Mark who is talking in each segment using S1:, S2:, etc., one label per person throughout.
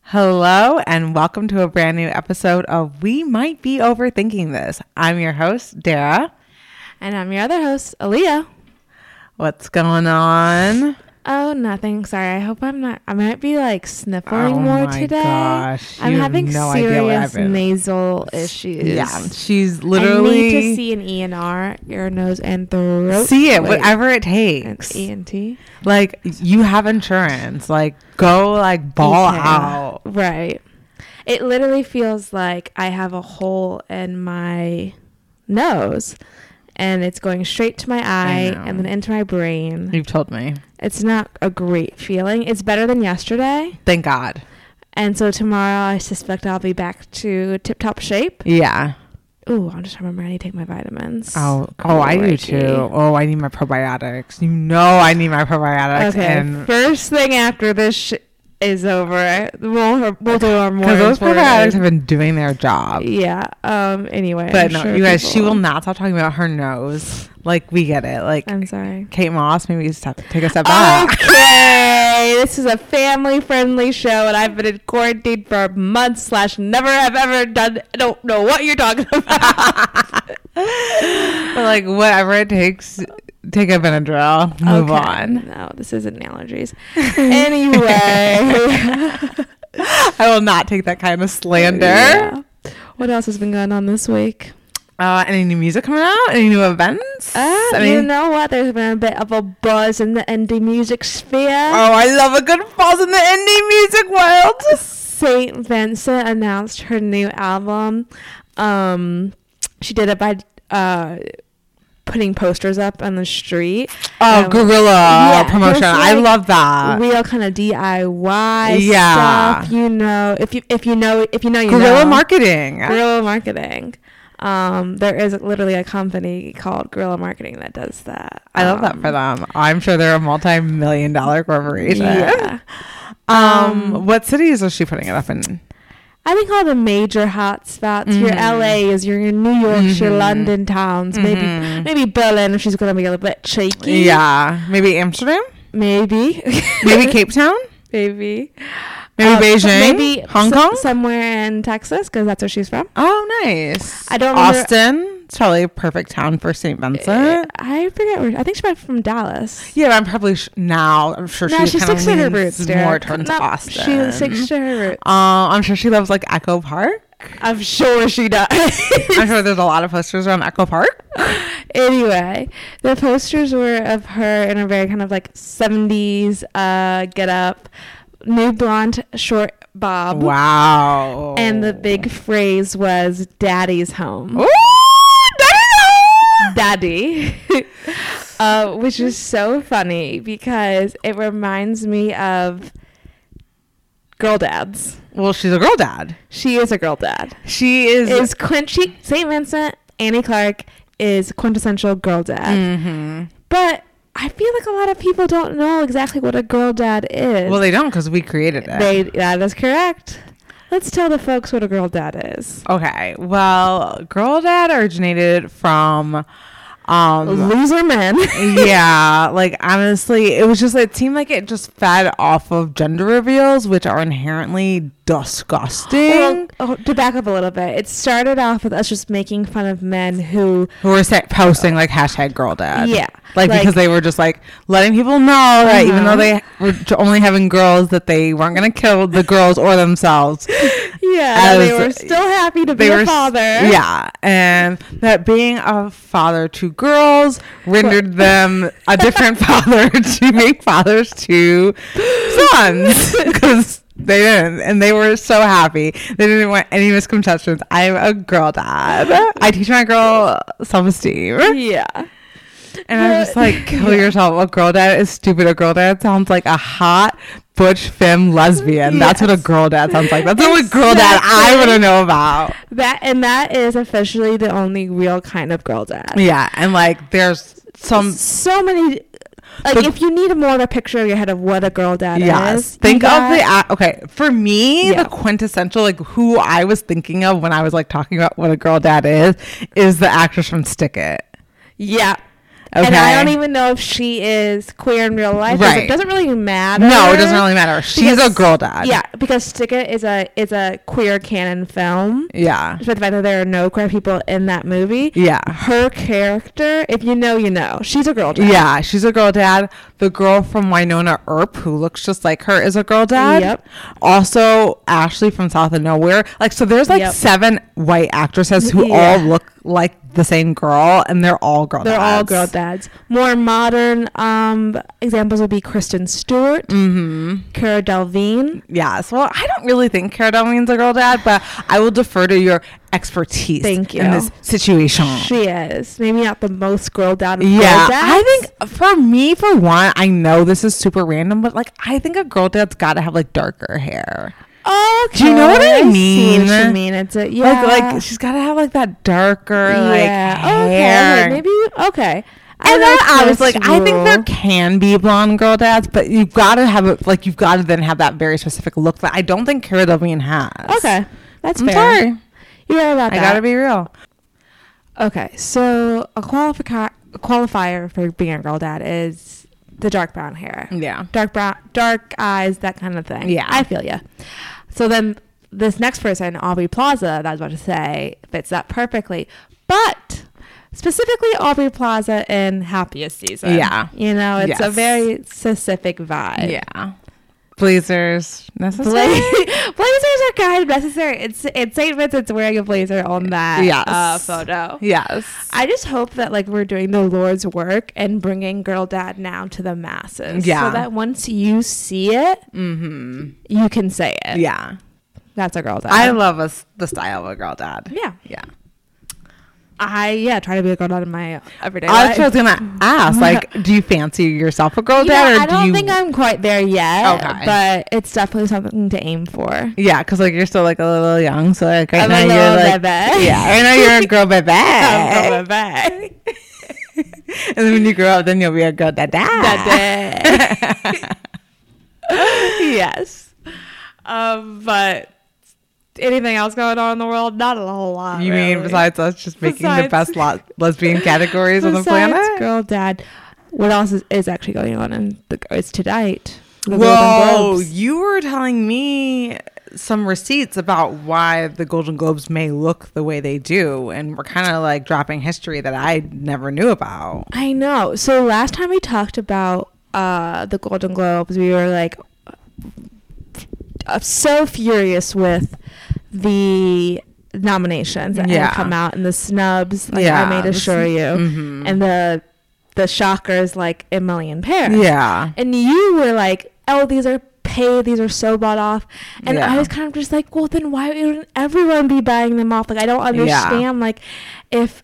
S1: Hello, and welcome to a brand new episode of We Might Be Overthinking This. I'm your host, Dara.
S2: And I'm your other host, Aaliyah.
S1: What's going on?
S2: Oh, nothing. Sorry. I hope I'm not. I might be like sniffling more today.
S1: Oh gosh.
S2: I'm
S1: you have
S2: having
S1: no idea what
S2: serious
S1: happened.
S2: nasal issues.
S1: Yeah, she's
S2: I
S1: literally.
S2: need to see an E ENR, ear, nose, and throat.
S1: See it,
S2: Wait, E
S1: whatever it
S2: an
S1: takes.
S2: ENT.
S1: Like you have insurance. Like go, like ball
S2: Yeah.
S1: out.
S2: Right. It literally feels like I have a hole in my nose, and it's going straight to my eye
S1: know.
S2: and then into my brain.
S1: You've told me.
S2: It's not a great feeling. It's better than yesterday.
S1: Thank God.
S2: And so tomorrow, I suspect I'll be back to tip top shape.
S1: Yeah.
S2: Ooh, I'm just remembering I need to take my vitamins.
S1: Oh, oh, I do
S2: Crikey.
S1: too. Oh, I need my probiotics. You know, I need my probiotics.
S2: Okay.
S1: and
S2: First thing after this sh- is over, we'll we'll do our more.
S1: Because those probiotics
S2: important-
S1: have been doing their job.
S2: Yeah. Um. Anyway.
S1: But
S2: I'm
S1: no,
S2: sure
S1: you guys, she
S2: people-
S1: will not stop talking about her nose. Like we get it. Like
S2: I'm Oh! sorry.
S1: Kate Moss, maybe just have to take a step back.
S2: Okay, this is a family-friendly show, and I've been in quarantine for months. Slash, never have ever done. I don't know what you're talking about.
S1: But like whatever it takes, take a Benadryl, move
S2: Okay,
S1: on.
S2: No, this isn't allergies. anyway,
S1: I will not take that kind of slander.
S2: Yeah. What else has been going on this week?
S1: Uh, any new music coming out? Any new events?
S2: Uh,
S1: I
S2: you
S1: mean,
S2: know what? There's been a bit of a buzz in the indie music sphere.
S1: oh, I love a good pause in the indie music world.
S2: Saint Vincent announced her new album. Um, she did it by uh, putting posters up on the street.
S1: Oh,
S2: Um,
S1: gorilla
S2: yeah,
S1: promotion!
S2: just
S1: I
S2: like
S1: love that.
S2: real kind of DIY
S1: Yeah.
S2: stuff. You know, if you if you know if you know you
S1: Guerrilla
S2: know.
S1: marketing.
S2: Guerrilla marketing. Um, there is literally a company called Guerrilla Marketing that does that.
S1: I love that for
S2: Um,
S1: them. I'm sure they're a multi-million dollar corporation.
S2: Yeah.
S1: Um, what cities is she putting it up in?
S2: I think all the major hot spots, your
S1: Mhm.
S2: LA's, your New York's, your
S1: Mhm.
S2: London towns,
S1: Mhm.
S2: maybe maybe Berlin if she's gonna be a little bit cheeky.
S1: Yeah, maybe Amsterdam,
S2: Maybe.
S1: maybe Cape Town,
S2: maybe.
S1: maybe
S2: Um, so
S1: Beijing, Hong
S2: so-
S1: Kong.
S2: Somewhere in Texas, because that's where she's from.
S1: oh, nice.
S2: I don't remember- Uh,
S1: Austin. It's probably a perfect town for St. Vincent.
S2: I forget where I think she might be from Dallas.
S1: Yeah, but I'm probably sh- now. I'm sure
S2: No,
S1: she
S2: she
S1: kind
S2: sticks to her
S1: of
S2: roots,
S1: leans
S2: Derek.
S1: more towards
S2: No,
S1: Austin.
S2: She sticks to her roots.
S1: Um, I'm sure she loves like Echo Park.
S2: I'm sure she does.
S1: I'm sure there's a lot of posters around Echo Park.
S2: anyway, the posters were of her in a very kind of like 70s uh, get up, new blonde short bob.
S1: Wow.
S2: And the big phrase was daddy's home.
S1: Ooh, daddy!
S2: Daddy. uh, which is so funny because it reminds me of girl dads.
S1: Well, she's a girl dad.
S2: She is a girl dad.
S1: She is.
S2: Is Quincy St. Vincent, Annie Clark is quintessential girl dad.
S1: Mhm.
S2: Mm-hmm. But I feel like a lot of people don't know exactly what a girl dad is.
S1: Well, they don't because we created it.
S2: they that is correct. Let's tell the folks what a girl dad is.
S1: okay. Well, girl dad originated from. Um,
S2: Loser men.
S1: yeah, like honestly, it was just it seemed like it just fed off of gender reveals, which are inherently
S2: Well,
S1: disgusting.
S2: oh, to back up a little bit, it started off with us just making fun of men who,
S1: Who were sa- posting like hashtag girl dad?
S2: yeah,
S1: like, because they were just like letting people know that even though
S2: Uh-huh.
S1: they were j- only having girls, that they weren't gonna kill the girls or themselves.
S2: yeah, they
S1: as-
S2: were still happy to be
S1: they were
S2: a
S1: s-
S2: father.
S1: Yeah, and that being a father to girls rendered them a different father to make fathers to sons because they didn't, and they were so happy. They didn't want any misconceptions. I'm a girl dad. I teach my girl self esteem, and
S2: yeah.
S1: I'm just like, kill yourself. A girl dad is stupid. A girl dad sounds like a hot. Butch femme lesbian. That's what a
S2: Yes.
S1: girl dad sounds like. That's what a girl dad I want to
S2: Exactly.
S1: know about.
S2: That and that is officially the only real kind of girl dad.
S1: Yeah, um, and like there's some
S2: so many like
S1: But-
S2: if you need more of a picture of your head of what a girl dad
S1: yes.
S2: is
S1: Think
S2: you
S1: of the
S2: got-
S1: a- okay for me
S2: Yeah.
S1: the quintessential like who I was thinking of when I was like talking about what a girl dad is is the actress from Stick It.
S2: yeah And I don't even know if she is queer in real life. 'cause
S1: Right.
S2: It doesn't really matter.
S1: No, it doesn't really matter. She's a
S2: Because-
S1: girl dad.
S2: Yeah, because Stick It is a is a queer canon film.
S1: Yeah.
S2: Despite the fact that there are no queer people in that movie.
S1: Yeah.
S2: Her character, if you know, you know. She's a girl dad.
S1: Yeah, she's a girl dad. The girl from Winona Earp, who looks just like her, is a girl dad.
S2: Yep.
S1: Also, Ashley from South of Nowhere. Like, so there's like
S2: Yep.
S1: seven white actresses who
S2: Yeah.
S1: all look like the same girl, and they're all girl
S2: They're all
S1: dads.
S2: girl dads. More modern um, examples would be Kristen Stewart,
S1: Mm-hmm.
S2: Cara Delvine.
S1: Yes. Well, I don't really think Cara Delevingne's a girl dad, but I will defer to your expertise
S2: Thank
S1: in
S2: you.
S1: this situation.
S2: She is maybe not the most girl dad. Of
S1: Mm. Yeah,
S2: girl dads.
S1: I think for me, for one, I know this is super random, but like I think a girl dad's got to have like darker hair.
S2: Oh,
S1: Do you know what I
S2: See what you
S1: mean?
S2: mean? It's a yeah,
S1: Like, like she's got to have like that darker like
S2: Okay,
S1: hair.
S2: okay, maybe okay.
S1: and then I was like,
S2: trust
S1: I think there
S2: you.
S1: can be blonde girl dads, but you've got to have a, like you've got to then have that very specific look that I don't think Cara Delevingne has.
S2: okay, that's
S1: I'm
S2: fair.
S1: sorry,
S2: You're right about
S1: I
S2: that.
S1: gotta be real.
S2: okay, so a qualifier qualifier for being a girl dad is the dark brown hair,
S1: Yeah.
S2: dark brown, dark eyes, that kind of thing.
S1: Mm. Yeah.
S2: I feel you. So then this next person, Aubrey Plaza, that I was about to say, fits that perfectly, but. Specifically, Aubrey Plaza in Happiest Season.
S1: Yeah.
S2: You know, it's a
S1: Yes.
S2: very specific vibe.
S1: Yeah. Blazers necessary.
S2: Bla- blazers are kind of necessary. It's it's Saint Vincent's wearing a blazer on that
S1: Yes.
S2: uh, photo.
S1: yes.
S2: I just hope that like we're doing the Lord's work and bringing Girl Dad now to the masses.
S1: Yeah.
S2: So that once you see it,
S1: mm-hmm.
S2: you can say it.
S1: Yeah.
S2: That's a Girl Dad.
S1: I love us the style of a girl dad.
S2: yeah.
S1: Yeah.
S2: I yeah try to be a girl dad in my everyday
S1: I
S2: life.
S1: was just gonna ask, like, do you fancy yourself a girl
S2: You know,
S1: dad, or
S2: I don't
S1: do you?
S2: think I'm quite there yet,
S1: Okay.
S2: but it's definitely something to aim for.
S1: yeah, because like you're still like a little young, so like right
S2: I'm a
S1: now
S2: little
S1: you're like,
S2: bebe.
S1: yeah, right now you're a girl baby,
S2: I'm
S1: and
S2: going back.
S1: then when you grow up, then you'll be a girl dad.
S2: that day. yes. Um, but anything else going on in the world? Not a whole lot.
S1: You mean
S2: really.
S1: besides us just making the
S2: Besides-
S1: best lo- lesbian categories on the
S2: Besides
S1: planet?
S2: Girl, dad. What else is, is actually going on in the it's tonight? The Golden
S1: Well,
S2: Globes.
S1: you were telling me some receipts about why the Golden Globes may look the way they do, and we're kind of like dropping history that I never knew about.
S2: I know. So last time we talked about uh, the Golden Globes, we were like uh, so furious with the nominations that
S1: Yeah.
S2: had come out and the snubs. Like
S1: Yeah,
S2: I made
S1: the
S2: assure you,
S1: mhm.
S2: and the the shockers like Emily in Paris.
S1: Yeah.
S2: and you were like, "Oh, these are." paid these are so bought off and
S1: Yeah.
S2: i was kind of just like well then why wouldn't everyone be buying them off like i don't understand like if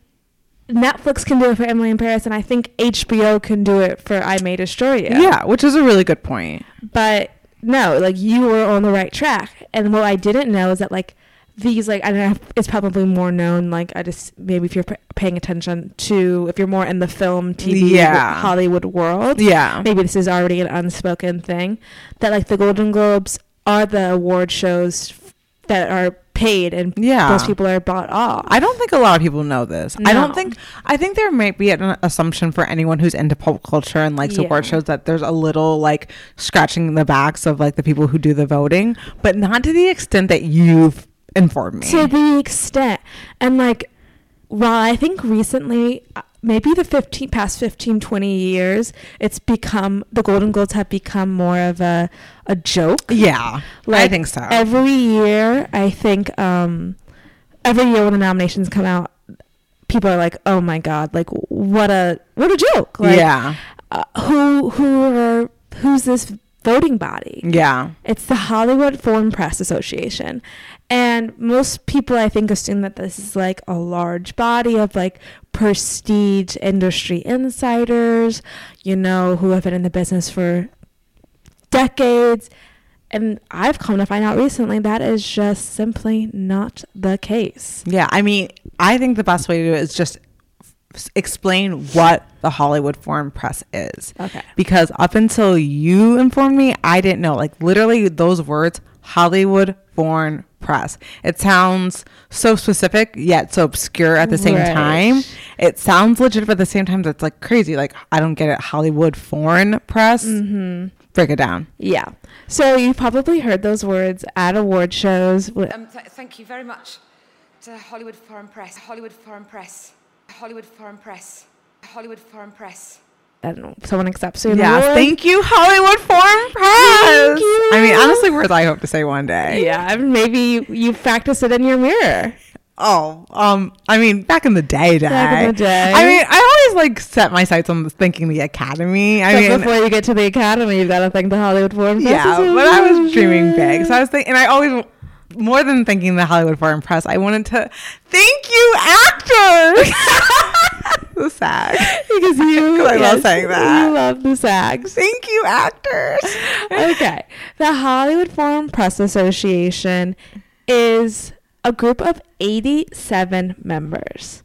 S2: Netflix can do it for Emily in Paris, and I think HBO can do it for I May Destroy You.
S1: yeah, which is a really good point.
S2: But no, like you were on the right track. And what I didn't know is that like these, like I don't know, if it's probably more known. Like I just maybe if you're p- paying attention to, if you're more in the film, TV,
S1: Yeah.
S2: Hollywood world,
S1: Yeah,
S2: maybe this is already an unspoken thing that like the Golden Globes are the award shows f- that are paid and
S1: yeah.
S2: those people are bought off.
S1: I don't think a lot of people know this. I don't
S2: No.
S1: think. I think there might be an assumption for anyone who's into pop culture and likes
S2: Yeah.
S1: award shows that there's a little like scratching the backs of like the people who do the voting, but not to the extent that you've informed me.
S2: to the extent and like while i think recently uh, maybe the 15 past 15 20 years it's become the golden globes have become more of a a joke
S1: yeah, I think so.
S2: every year i think um every year when the nominations come out people are like oh my god like what a what a joke like
S1: yeah,
S2: uh, who who are who's this voting body
S1: yeah,
S2: it's the Hollywood Foreign Press Association. And most people, I think, assume that this is like a large body of like prestige industry insiders, you know, who have been in the business for decades. And I've come to find out recently that is just simply not the case.
S1: yeah. I mean, I think the best way to do it is just f- explain what the Hollywood Foreign Press is.
S2: Okay.
S1: because up until you informed me, I didn't know. Like literally those words, Hollywood Foreign Press. It sounds so specific yet so obscure at the same
S2: Right.
S1: time. it sounds legit, but at the same time, that's like crazy. Like, I don't get it. Hollywood foreign press.
S2: Mm-hmm.
S1: Break it down.
S2: Yeah. So you probably heard those words at award shows. wh-
S3: Um, th- thank you very much to Hollywood Foreign Press, Hollywood Foreign Press, Hollywood Foreign Press, Hollywood Foreign Press.
S2: I don't know. Someone accepts you. an award.
S1: Thank you, Hollywood foreign press.
S2: Thank you.
S1: I mean, honestly, words I hope to say one day.
S2: Yeah. Maybe you, you practice it in your mirror.
S1: Oh, um, I mean, back in the day, day.
S2: Back in the day.
S1: I mean, I always like set my sights on thinking the Academy. I
S2: but
S1: mean,
S2: before you get to the academy, you've got to thank the Hollywood Foreign Press.
S1: yeah, but I was dreaming big. So I was thinking, and I always, more than thinking the Hollywood Foreign Press, I wanted to thank you, actors. the sag.
S2: because you
S1: 'Cause I love
S2: yes,
S1: saying that.
S2: You love the SAGs.
S1: Thank you, actors.
S2: okay. The Hollywood Foreign Press Association is a group of 87 members.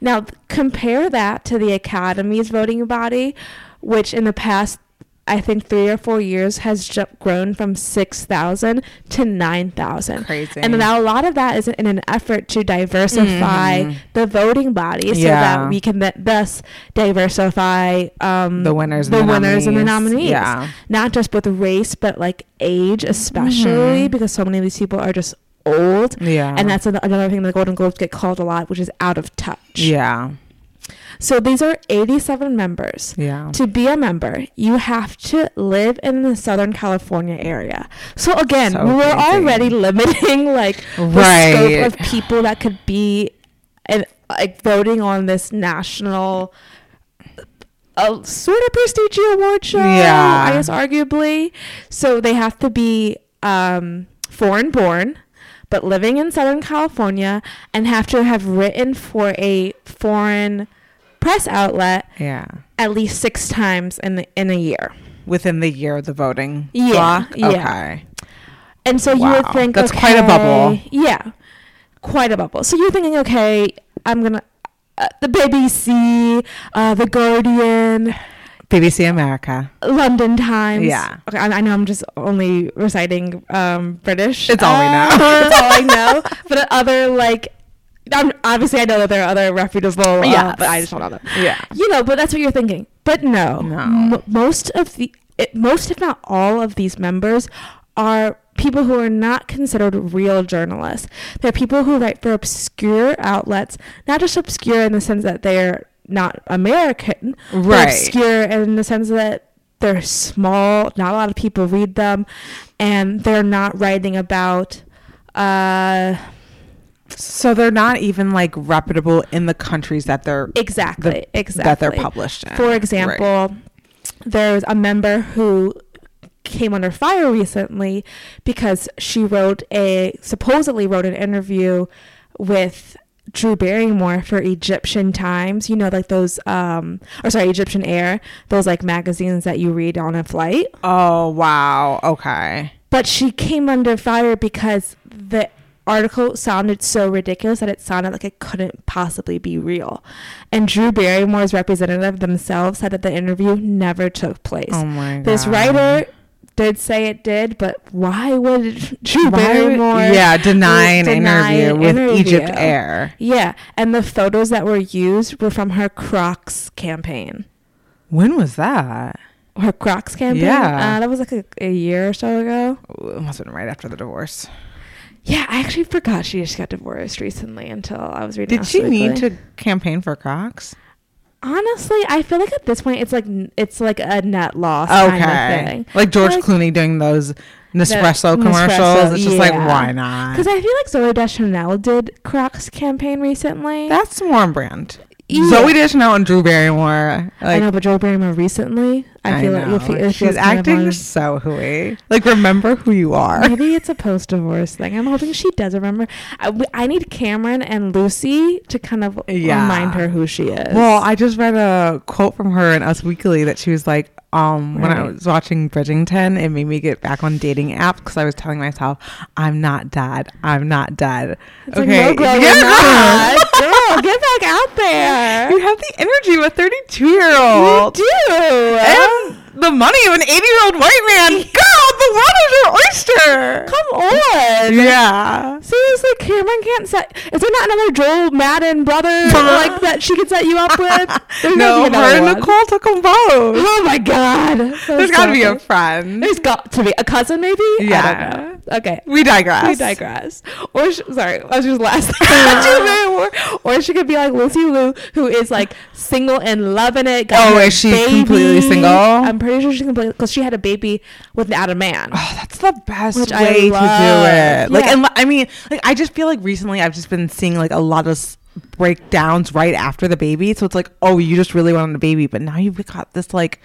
S2: Now, th- compare that to the Academy's voting body, which in the past, I think, three or four years has ju- grown from 6,000 to 9,000.
S1: Crazy.
S2: And now a lot of that is in an effort to diversify the voting body so
S1: Mm-hmm. Yeah.
S2: that we can th- thus diversify um,
S1: The winners and
S2: the
S1: the
S2: winners and the
S1: nominees.
S2: nominees
S1: Yeah.
S2: not just with race but like age especially because so many of these people are just old
S1: Mm-hmm. Yeah.
S2: and that's an- another thing the golden globes get called a lot which is out of touch
S1: Yeah.
S2: so these are 87 members
S1: Yeah.
S2: to be a member you have to live in the southern california area so again
S1: So
S2: we were
S1: crazy.
S2: already limiting like the
S1: Right.
S2: scope of people that could be and like voting on this national a sort of prestigious award show.
S1: Yeah.
S2: I guess arguably. So they have to be um, foreign born, but living in Southern California and have to have written for a foreign press outlet
S1: Yeah.
S2: at least six times in the, in a year.
S1: Within the year of the voting
S2: Yeah,
S1: block?
S2: yeah.
S1: Okay.
S2: And so you
S1: Wow.
S2: would think
S1: That's quite a bubble.
S2: okay, Yeah, quite a bubble. So you're thinking, okay, I'm gonna uh, the BBC, uh, the Guardian,
S1: BBC America.
S2: London Times.
S1: Yeah.
S2: Okay, I, I know I'm just only reciting um, British. Ah,
S1: It's all we know.
S2: it's all I know. But other like, I'm, obviously I know that there are other reputable. uh,
S1: Yes.
S2: but I just don't know them.
S1: Yeah.
S2: You know, but that's what you're thinking. But no,
S1: No.
S2: M- most of the, it, most if not all of these members are people who are not considered real journalists. They're people who write for obscure outlets, not just obscure in the sense that they're not American, but
S1: Right.
S2: Obscure in the sense that they're small. Not a lot of people read them, and they're not writing about. Uh,
S1: So they're not even like reputable in the countries that they're
S2: Exactly. exactly.
S1: that they're published in.
S2: For
S1: Right.
S2: example, there's a member who came under fire recently because she wrote a supposedly wrote an interview with Drew Barrymore for Egyptian Times, you know, like those, um, or sorry, Egyptian Air, those like magazines that you read on a flight.
S1: Oh wow. Okay.
S2: But she came under fire because the article sounded so ridiculous that it sounded like it couldn't possibly be real. And Drew Barrymore's representative themselves said that the interview never took place.
S1: Oh my god.
S2: this writer did say it did, but why would Drew
S1: Why-
S2: Barrymore?
S1: Yeah, deny an
S2: deny
S1: interview
S2: an
S1: with Egypt
S2: interview?
S1: Air.
S2: Yeah, and the photos that were used were from her Crocs campaign.
S1: When was that?
S2: Her Crocs campaign?
S1: Yeah.
S2: Uh, that was like a, a year or so ago.
S1: Oh, It must have been right after the divorce.
S2: Yeah, I actually forgot she just got divorced recently until I was reading.
S1: Did she
S2: Us
S1: need
S2: Weekly.
S1: to campaign for Crocs?
S2: Honestly, I feel like at this point it's like n- it's like a net loss. kind of
S1: Okay.
S2: thing.
S1: Like George Clooney doing those Nespresso commercials. it's just like why not?
S2: Because I feel like Zoe Deschanel did Crocs campaign recently.
S1: That's more on brand.
S2: Yeah.
S1: Zoe Deschanel and Drew Barrymore.
S2: I
S1: Like,
S2: know, but Joel Barrymore recently. I, feel like you'll fe- it
S1: she's
S2: feels kind of
S1: acting
S2: on-
S1: so hooey. Like, remember who you are.
S2: Maybe it's a post-divorce thing. I'm hoping she does remember. I, we- I need Cameron and Lucy to kind of
S1: Yeah.
S2: remind her who she is.
S1: Well, I just read a quote from her in Us Weekly that she was like, um, when I
S2: Right.
S1: was watching Bridgington, it made me get back on dating apps because I was telling myself, I'm not dead. I'm not dead.
S2: It's like, no, girl,
S1: Yeah.
S2: you're not. girl, get back out there.
S1: You have the energy of a 32 year old.
S2: do.
S1: And the money of an 80 year old white man. Girl, the water's an oyster.
S2: Come on.
S1: Yeah.
S2: Seriously, Cameron can't set. Is there not another Joel Madden brother like that she could set you up with? There's
S1: no,
S2: gotta be another
S1: her and
S2: one.
S1: Nicole took them both.
S2: Oh my god. That's
S1: There's got to be a
S2: awesome.
S1: friend.
S2: There's got to be a cousin, maybe. I
S1: Yeah.
S2: don't know. Okay.
S1: We digress.
S2: We digress. Or sh- sorry, that was just last. Too many more. or she could be like Lucy Liu, who is like single and loving it. got
S1: Oh,
S2: her
S1: is she
S2: baby.
S1: completely single?
S2: I'm pretty sure she's completely because she had a baby without a man.
S1: Oh, that's the best
S2: Which I
S1: way to do
S2: love.
S1: it. Like,
S2: Yeah.
S1: and I mean, like, I just feel like recently I've just been seeing like a lot of s- breakdowns right after the baby. So it's like, oh, you just really wanted a baby, but now you've got this like.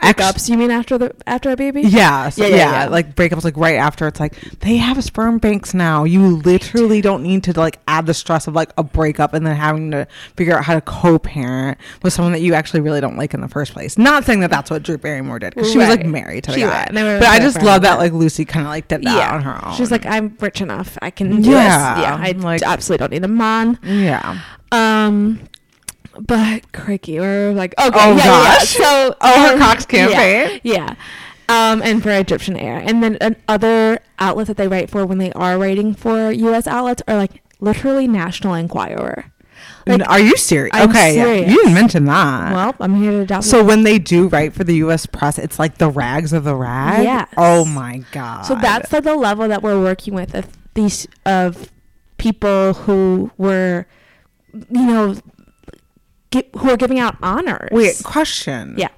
S1: ex-
S2: Ups, you mean after the after a baby?
S1: Yeah, so,
S2: Yeah,
S1: yeah,
S2: yeah, yeah.
S1: Like breakups, like right after, it's like they have sperm banks now. You literally don't need to like add the stress of like a breakup and then having to figure out how to co-parent with someone that you actually really don't like in the first place. Not saying that that's what Drew Barrymore did because she was like
S2: Right.
S1: married to the
S2: She
S1: guy,
S2: was. They were
S1: but I
S2: together
S1: just
S2: for a
S1: love that
S2: while.
S1: like Lucy kind of like did that on her own.
S2: She's like, I'm rich enough. I can do this. Yeah,
S1: Yeah,
S2: I
S1: like-
S2: absolutely don't need a man.
S1: yeah.
S2: Um, but crikey, we're like, okay,
S1: Oh,
S2: yeah, yeah,
S1: gosh.
S2: So,
S1: Oh, her
S2: um,
S1: Cox
S2: yeah,
S1: campaign?
S2: yeah. Um, and for Egyptian Air, and then an other outlet that they write for when they are writing for U.S. outlets are like literally National Enquirer. Like,
S1: N- Are you serious?
S2: I'm
S1: okay, yeah,
S2: serious.
S1: you didn't mention that.
S2: well, I'm here to doubt.
S1: so when they do write for the U.S. press, it's like the rags of the rag.
S2: Yes.
S1: Oh my god.
S2: So that's like the level that we're working with of these of people who were, you know, gi- who are giving out honors.
S1: Wait, question.
S2: Yeah.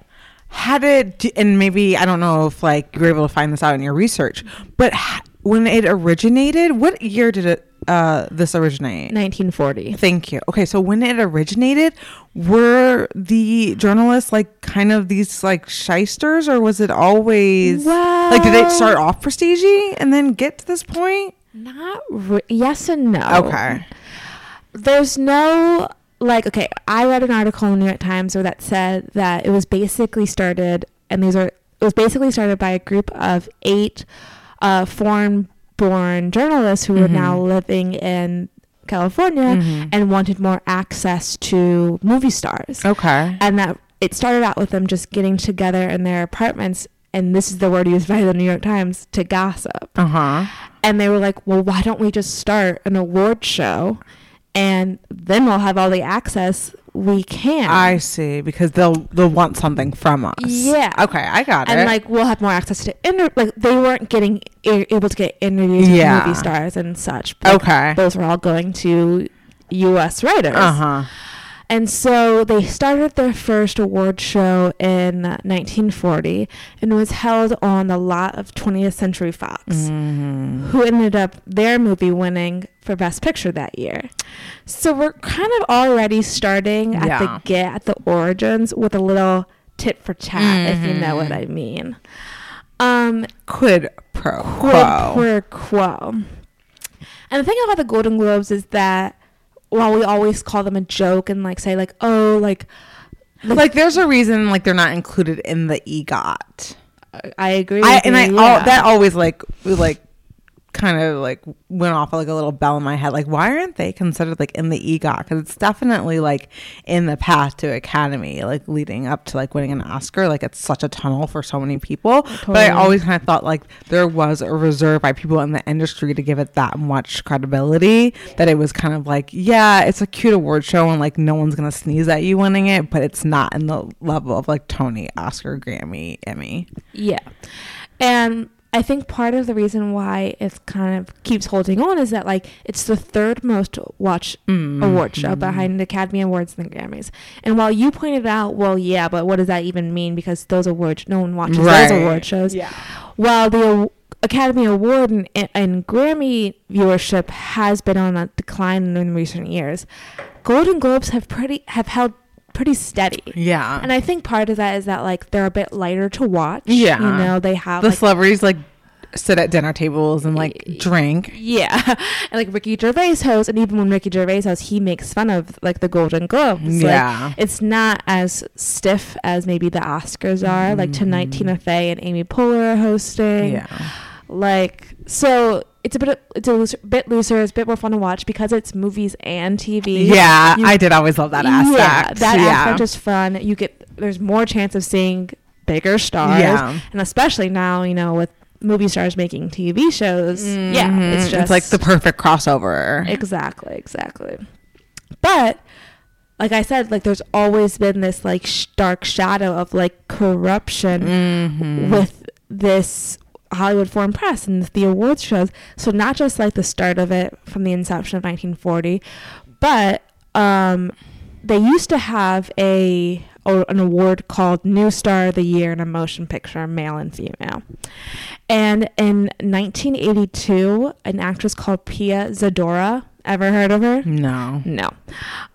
S1: How did d- and maybe I don't know if like you were able to find this out in your research, but h- when it originated, what year did it uh this originate?
S2: 1940.
S1: Thank you. Okay, so when it originated, were the journalists like kind of these like shysters, or was it always like did they
S2: Well-
S1: start off prestige and then get to this point?
S2: Not re- yes and no.
S1: Okay,
S2: There's no like okay, I read an article in the New York Times where that said that it was basically started and these are it was basically started by a group of eight uh, foreign born journalists who were now living in California and wanted more access to movie stars.
S1: okay,
S2: And that it started out with them just getting together in their apartments and this is the word used by the New York Times to gossip.
S1: uh huh.
S2: And they were like, well, why don't we just start an award show and then we'll have all the access we can.
S1: I see because they'll they'll want something from us.
S2: Yeah.
S1: Okay, I got it.
S2: and like we'll have more access to inter- like they weren't getting a- able to get interviews
S1: Yeah.
S2: with movie stars and such. Like,
S1: Okay.
S2: those were all going to U.S. writers.
S1: uh huh.
S2: And so they started their first award show in 1940 and was held on the lot of 20th Century Fox,
S1: Mm-hmm.
S2: who ended up their movie winning for Best Picture that year. So we're kind of already starting at
S1: Yeah.
S2: the get at the origins with a little tit for tat, if you know what I
S1: Mm-hmm.
S2: mean. Um,
S1: Quid pro
S2: quid
S1: quo.
S2: per quo. And the thing about the Golden Globes is that while we always call them a joke and like say like oh like
S1: like there's a reason like they're not included in the EGOT.
S2: I agree
S1: I
S2: with
S1: and
S2: you,
S1: I
S2: Mm-hmm. yeah.
S1: all, that always like was, like kind of like went off like a little bell in my head like why aren't they considered like in the EGOT because it's definitely like in the path to Academy like leading up to like winning an Oscar like it's such a tunnel for so many people but I
S2: Totally.
S1: always kind of thought like there was a reserve by people in the industry to give it that much credibility that it was kind of like yeah it's a cute award show and like no one's gonna sneeze at you winning it but it's not in the level of like Tony Oscar Grammy Emmy
S2: yeah and I think part of the reason why it kind of keeps holding on is that like it's the third most watched
S1: Mm-hmm.
S2: award show behind the Academy Awards and the Grammys. And while you pointed out, well, yeah, but what does that even mean? Because those awards, no one watches
S1: Right.
S2: those award shows.
S1: Yeah.
S2: while the aw- Academy Award and, and Grammy viewership has been on a decline in recent years, Golden Globes have pretty have held pretty steady.
S1: yeah
S2: And I think part of that is that like they're a bit lighter to watch.
S1: Yeah.
S2: you know they have
S1: the
S2: like,
S1: celebrities like sit at dinner tables and like drink.
S2: yeah, and like Ricky Gervais hosts, and even when Ricky Gervais hosts, he makes fun of like the Golden Globes. Like,
S1: Yeah.
S2: it's not as stiff as maybe the Oscars are. Like tonight,
S1: Mm-hmm.
S2: Tina Fey and Amy Poehler are hosting. like so it's a bit it's a looser, bit looser it's a bit more fun to watch because it's movies and tv
S1: Yeah,
S2: You-
S1: I did always love that
S2: yeah,
S1: aspect.
S2: that
S1: Yeah.
S2: aspect is fun you get there's more chance of seeing bigger stars.
S1: Yeah.
S2: And especially now, you know, with movie stars making TV shows. Yeah. It's
S1: Mhm.
S2: just
S1: like the perfect crossover.
S2: Exactly, exactly. But like I said, like there's always been this like sh- dark shadow of like corruption
S1: Mm. Mm-hmm.
S2: with this Hollywood Foreign Press and the awards shows. So not just like the start of it from the inception of 1940, but um, they used to have a or an award called New Star of the Year in a Motion Picture, male and female. And in 1982, an actress called Pia Zadora, ever heard of her?
S1: no.
S2: No.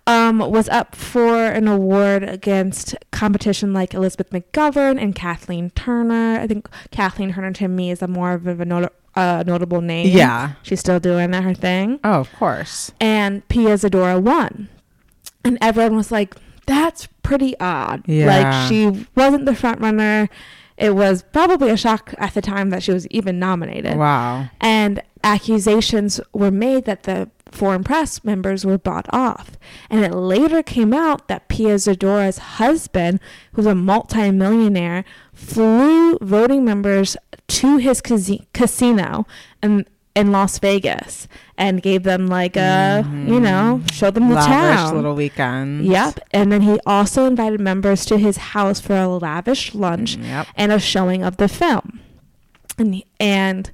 S2: Um, was up for an award against competition like Elizabeth McGovern and Kathleen Turner. I think Kathleen Turner to me is a more of a not- uh, notable name.
S1: Yeah.
S2: She's still doing her thing
S1: Oh, of course.
S2: and Pia Zadora won. And everyone was like, that's pretty odd.
S1: Yeah.
S2: Like, she wasn't the front runner. It was probably a shock at the time that she was even nominated.
S1: Wow.
S2: And accusations were made that the foreign press members were bought off. And it later came out that Pia Zadora's husband, who's a multimillionaire, flew voting members to his casi- casino in, in Las Vegas and gave them like a, you know, showed them the
S1: Mm-hmm. Lavish
S2: town.
S1: little weekend.
S2: Yep. And then he also invited members to his house for a lavish lunch
S1: Yep.
S2: and a showing of the film. And and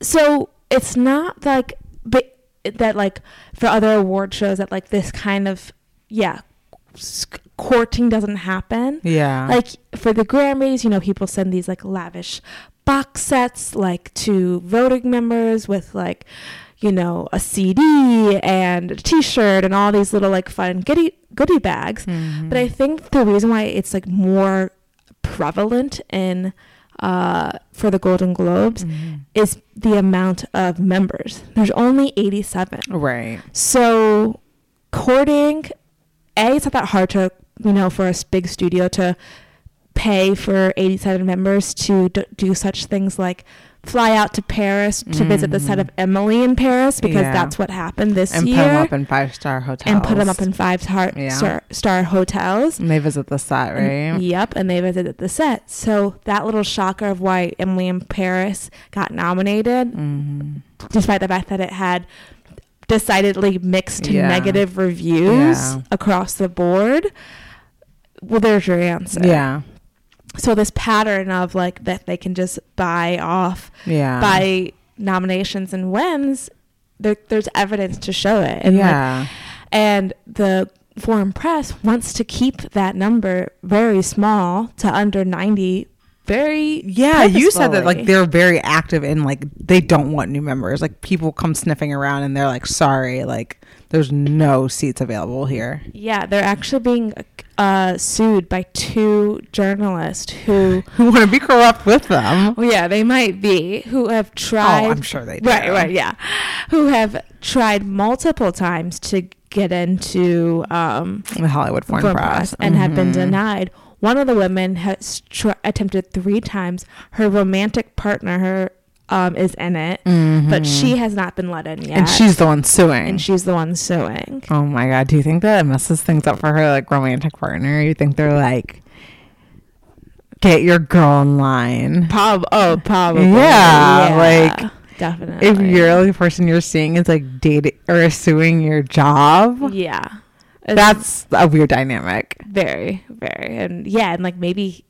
S2: so it's not like but that like for other award shows that like this kind of yeah s- courting doesn't happen.
S1: Yeah.
S2: Like for the Grammys, you know, people send these like lavish box sets like to voting members with like, you know, a CD and a t-shirt and all these little like fun goodie goodie bags. But I think the reason why it's like more prevalent in uh, for the Golden
S1: Mm.
S2: Globes is the amount of members. There's only 87.
S1: right.
S2: So, courting, A, it's not that hard to, you know, for a s- big studio to pay for 87 members to d- do such things like fly out to Paris to visit the set of Emily in Paris because
S1: Mm-hmm. Yeah.
S2: that's what happened this
S1: And put
S2: year.
S1: them up in five star hotels.
S2: and put them up in five star,
S1: Yeah.
S2: star, star hotels.
S1: And they visit the set, right?
S2: And- Yep, and they visited the set. So that little shocker of why Emily in Paris got nominated,
S1: Mm-hmm.
S2: despite the fact that it had decidedly mixed to
S1: Yeah.
S2: negative reviews
S1: Yeah.
S2: across the board. Well, there's your answer.
S1: Yeah.
S2: So this pattern of like that they can just buy off
S1: Yeah.
S2: by nominations and wins, there, there's evidence to show it. And like,
S1: yeah.
S2: and the foreign press wants to keep that number very small to under 90 very
S1: yeah, you said that like
S2: purposefully.
S1: they're very active and like they don't want new members. Like people come sniffing around and they're like, "Sorry, like there's no seats available here."
S2: yeah they're actually being uh, sued by two journalists who
S1: Who want to be corrupt with them?
S2: well, yeah they might be who have tried
S1: Oh, I'm sure they do.
S2: right right yeah who have tried multiple times to get into um,
S1: The Hollywood Foreign,
S2: Foreign
S1: Press,
S2: press and have been
S1: Mm-hmm.
S2: denied. One of the women has tr- attempted three times. Her romantic partner her, um, is in it, but she has not been let in yet.
S1: Mm-hmm. and she's the one suing.
S2: Mm-hmm. and she's the one suing.
S1: oh my god, do you think that it messes things up for her like romantic partner? You think they're like, "Get your girl in line."
S2: Prob- oh, probably.
S1: Yeah, like,
S2: definitely.
S1: If you're the only person you're seeing is like dating or suing your job,
S2: yeah, It's
S1: that's a weird dynamic.
S2: very very and yeah, and like maybe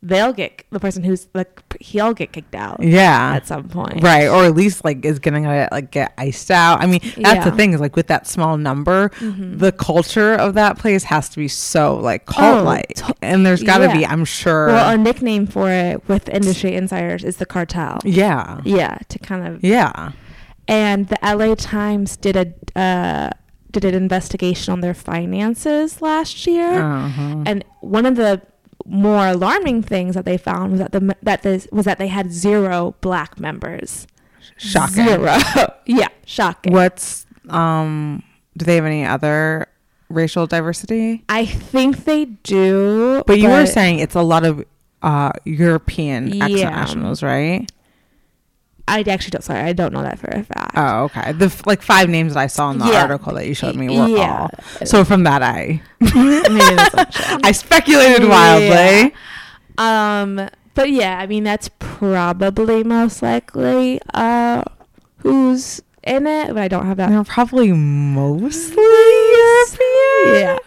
S2: they'll get the person who's like he'll get kicked out
S1: Yeah.
S2: at some point.
S1: Right, or at least like is gonna like get iced out. I mean, that's the
S2: Yeah. Mm.
S1: thing is like with that small number,
S2: Mm-hmm.
S1: the culture of that place has to be so like cult like,
S2: Oh, to-
S1: and there's got to
S2: yeah.
S1: be, I'm sure.
S2: Well, a nickname for it with industry insiders is the cartel.
S1: yeah,
S2: Yeah, to kind of
S1: yeah,
S2: and the LA Times did a uh, did an investigation on their finances last year,
S1: Uh-huh.
S2: and one of the more alarming things that they found was that the that this was that they had zero black members.
S1: shocking.
S2: Zero. yeah, shocking.
S1: What's um? Do they have any other racial diversity?
S2: I think they do.
S1: But you were saying it's a lot of uh European
S2: Yeah.
S1: ex-nationals, right?
S2: I actually don't. Sorry, I don't know that for a fact.
S1: Oh, okay. The f- like five names that I saw in the
S2: Yeah.
S1: article that you showed me were
S2: Yeah.
S1: all. So from that, I
S2: Maybe that's not true.
S1: I speculated wildly.
S2: Yeah. Um, but yeah, I mean that's probably most likely uh who's in it, but I don't have that.
S1: They're probably mostly European.
S2: Yeah.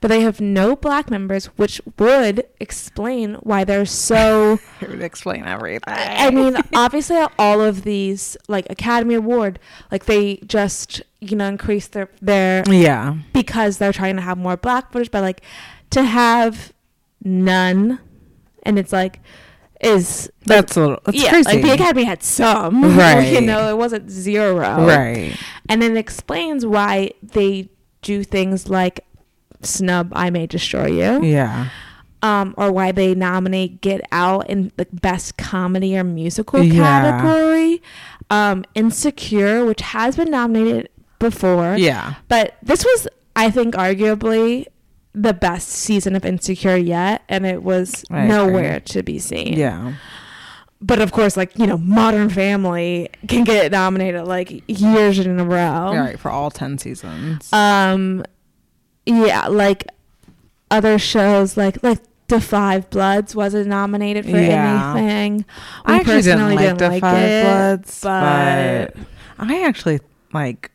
S2: But they have no black members, which would explain why they're so
S1: It would explain everything.
S2: I I mean, uh, obviously, all of these like Academy Award, like they just you know increase their their
S1: yeah.
S2: because they're trying to have more black voters, but like to have none, and it's like is
S1: That's a little, that's
S2: yeah,
S1: crazy.
S2: like the Academy had some, You
S1: Right.
S2: know, it wasn't zero,
S1: Right.
S2: And it explains why they do things like snub "I May Destroy You."
S1: Yeah.
S2: um, or why they nominate Get Out in the best comedy or musical
S1: Yeah.
S2: category. Um, Insecure, which has been nominated before.
S1: Yeah.
S2: But this was, I think, arguably the best season of Insecure yet, and it was
S1: I agree.
S2: nowhere to be seen.
S1: Yeah.
S2: But of course, like, you know, Modern Family can get nominated like years in a row.
S1: All right. For all 10 seasons.
S2: Um, yeah, like other shows, like like The Five Bloods wasn't nominated for
S1: Yeah.
S2: anything. We
S1: I actually didn't
S2: personally
S1: like the Five
S2: it,
S1: Bloods,
S2: but,
S1: but, I actually like.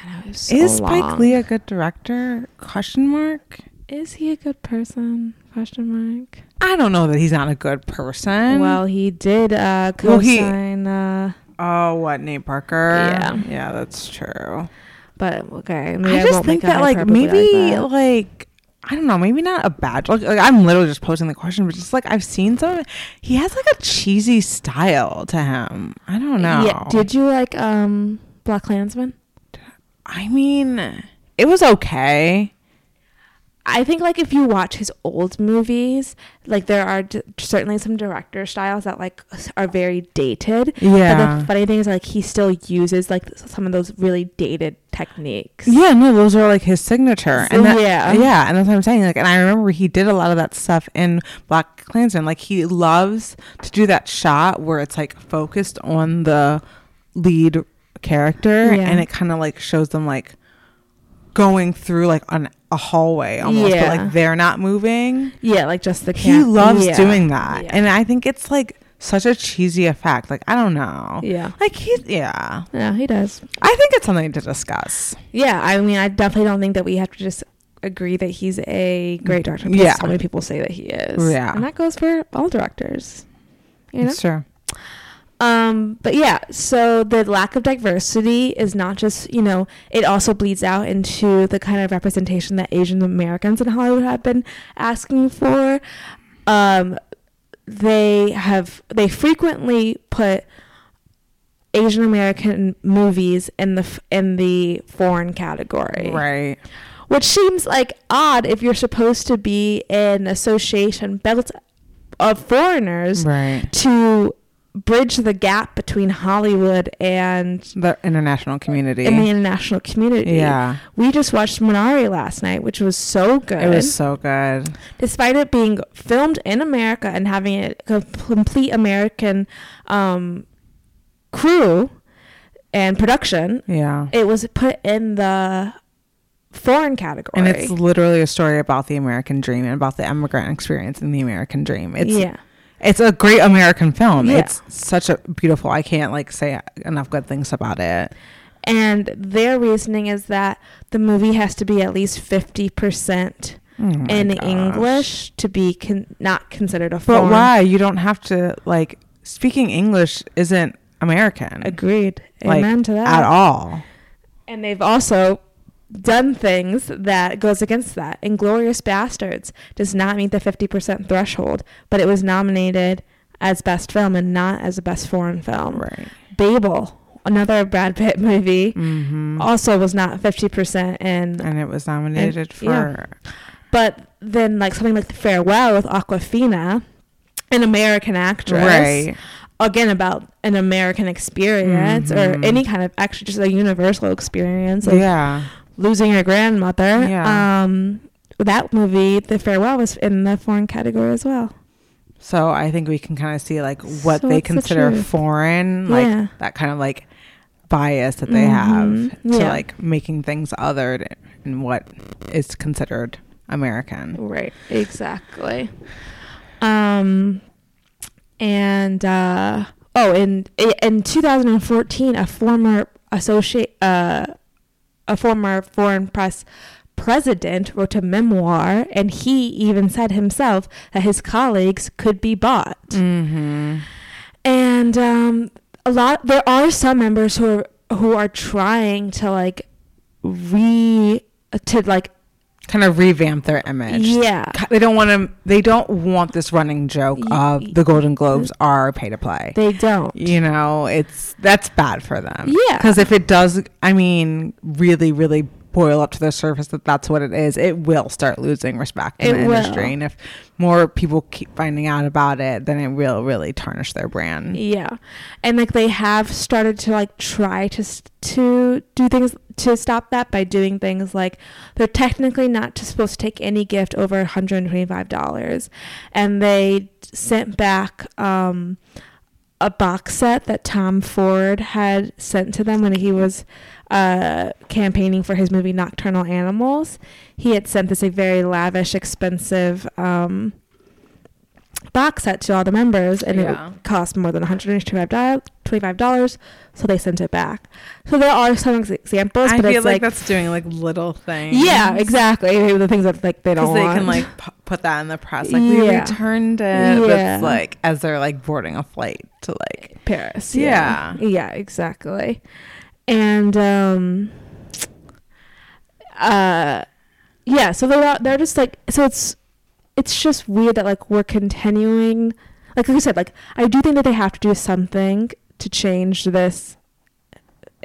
S2: I know, it was so
S1: Is Spike
S2: long.
S1: Lee a good director? Question mark.
S2: is he a good person? Question mark.
S1: I don't know that he's not a good person.
S2: well, he did uh,
S1: Um, Well, he-
S2: co-sign, uh,
S1: oh, what Nate Parker?
S2: Yeah.
S1: yeah, that's true.
S2: but okay.
S1: I just think that like maybe like, I don't know, maybe not a bad like, like I'm literally just posing the question, but just like I've seen some of it. he has like a cheesy style to him. I don't know.
S2: did you like um Black Klansman?
S1: I mean it was okay.
S2: I think like if you watch his old movies, like there are d- certainly some director styles that like s- are very dated. But
S1: Yeah.
S2: the funny thing is like he still uses like s- some of those really dated techniques.
S1: Yeah, no, those are like his signature,
S2: So,
S1: and that, uh,
S2: yeah.
S1: yeah, and that's what I'm saying. Like, and I remember he did a lot of that stuff in Black Klansman. Like, he loves to do that shot where it's like focused on the lead character,
S2: Yeah.
S1: and it kind of like shows them like going through like an, a hallway almost,
S2: Yeah.
S1: but like they're not moving.
S2: Yeah, like just the
S1: He
S2: cam-
S1: loves
S2: yeah.
S1: doing that,
S2: Yeah.
S1: and I think it's like such a cheesy effect. Like, I don't know.
S2: Yeah.
S1: Like he, yeah,
S2: Yeah, he does.
S1: I think it's something to discuss.
S2: Yeah, I mean I definitely don't think that we have to just agree that he's a great director because
S1: Yeah.
S2: so many people say that he is.
S1: Yeah.
S2: And that goes for all directors. You know?
S1: It's true.
S2: Um, but yeah, so the lack of diversity is not just, you know, it also bleeds out into the kind of representation that Asian Americans in Hollywood have been asking for. Um, they have, they frequently put Asian American movies in the, f- in the foreign category
S1: Right.
S2: which seems like odd if you're supposed to be an association built of foreigners
S1: Right.
S2: to bridge the gap between Hollywood and
S1: the international community.
S2: in the international community.
S1: yeah,
S2: We just watched Minari last night, which was so good.
S1: it was so good.
S2: Despite it being filmed in America and having a co- complete American um, crew and production,
S1: Yeah,
S2: it was put in the foreign category.
S1: and it's literally a story about the American dream and about the immigrant experience in the American dream. It's
S2: yeah.
S1: it's a great American film.
S2: Yeah.
S1: It's such a beautiful. I can't like say enough good things about it.
S2: And their reasoning is that the movie has to be at least 50%
S1: Oh my
S2: in
S1: gosh.
S2: English to be con- not considered a
S1: But
S2: foreign.
S1: why you don't have to like speaking English isn't American
S2: Agreed.
S1: like
S2: Amen to that.
S1: at all.
S2: And they've also done things that goes against that. Inglorious Bastards does not meet the 50% threshold, but it was nominated as best film and not as a best foreign film.
S1: Right.
S2: Babel, another Brad Pitt movie,
S1: Mm-hmm.
S2: also was not 50% in
S1: And it was nominated
S2: yeah.
S1: for
S2: But then, like something like the farewell with Aquafina, an American actress,
S1: right.
S2: again about an American experience or
S1: Mhm.
S2: any kind of actually just a universal experience of
S1: yeah.
S2: losing your grandmother.
S1: Yeah.
S2: Um, that movie, the farewell, was in the foreign category as well.
S1: So I think we can kind of see like what
S2: So
S1: they
S2: what's the
S1: consider
S2: truth?
S1: foreign, like
S2: Yeah.
S1: that kind of like bias that they
S2: Mhm.
S1: have to
S2: Yeah.
S1: like making things othered and what is considered American.
S2: Right. Exactly. Um, and uh, oh, in in 2014, a former associate, uh, a former foreign press president, wrote a memoir, and he even said himself that his colleagues could be bought.
S1: Mm.
S2: Mm-hmm. And um, a lot there are some members who are who are trying to like re to like
S1: kind of revamp their image.
S2: Yeah.
S1: Ki- They don't want to. They don't want this running joke
S2: Y- Mm-hmm.
S1: of the Golden Globes are pay to play.
S2: they don't.
S1: you know, it's that's bad for them.
S2: Yeah.
S1: because if it does, I mean, really, really boil up to the surface that that's what it is, it will start losing respect in
S2: It
S1: the industry.
S2: will.
S1: And if more people keep finding out about it, then it will really tarnish their brand.
S2: Yeah, and like they have started to like try to s- to do things to stop that by doing things like they're technically not t- supposed to take any gift over one hundred and twenty five dollars, and they sent back um, a box set that Tom Ford had sent to them when he was uh, campaigning for his movie Nocturnal Animals. He had sent this like, very lavish, expensive. Um, box set to all the members and
S1: Yeah.
S2: it cost more than $125 so they sent it back so there are some ex- examples
S1: I
S2: but
S1: feel
S2: it's
S1: like,
S2: like,
S1: that's doing like little things.
S2: yeah exactly Maybe the things that like they
S1: Because
S2: don't
S1: they
S2: want.
S1: can like p- put that in the press, like we
S2: Yeah.
S1: returned it. But
S2: Yeah.
S1: it's like as they're like boarding a flight to like
S2: Paris.
S1: Yeah.
S2: Yeah, Yeah, exactly. And um uh yeah, so they're out- they're just like so it's it's just weird that like we're continuing like like I said, like I do think that they have to do something to change this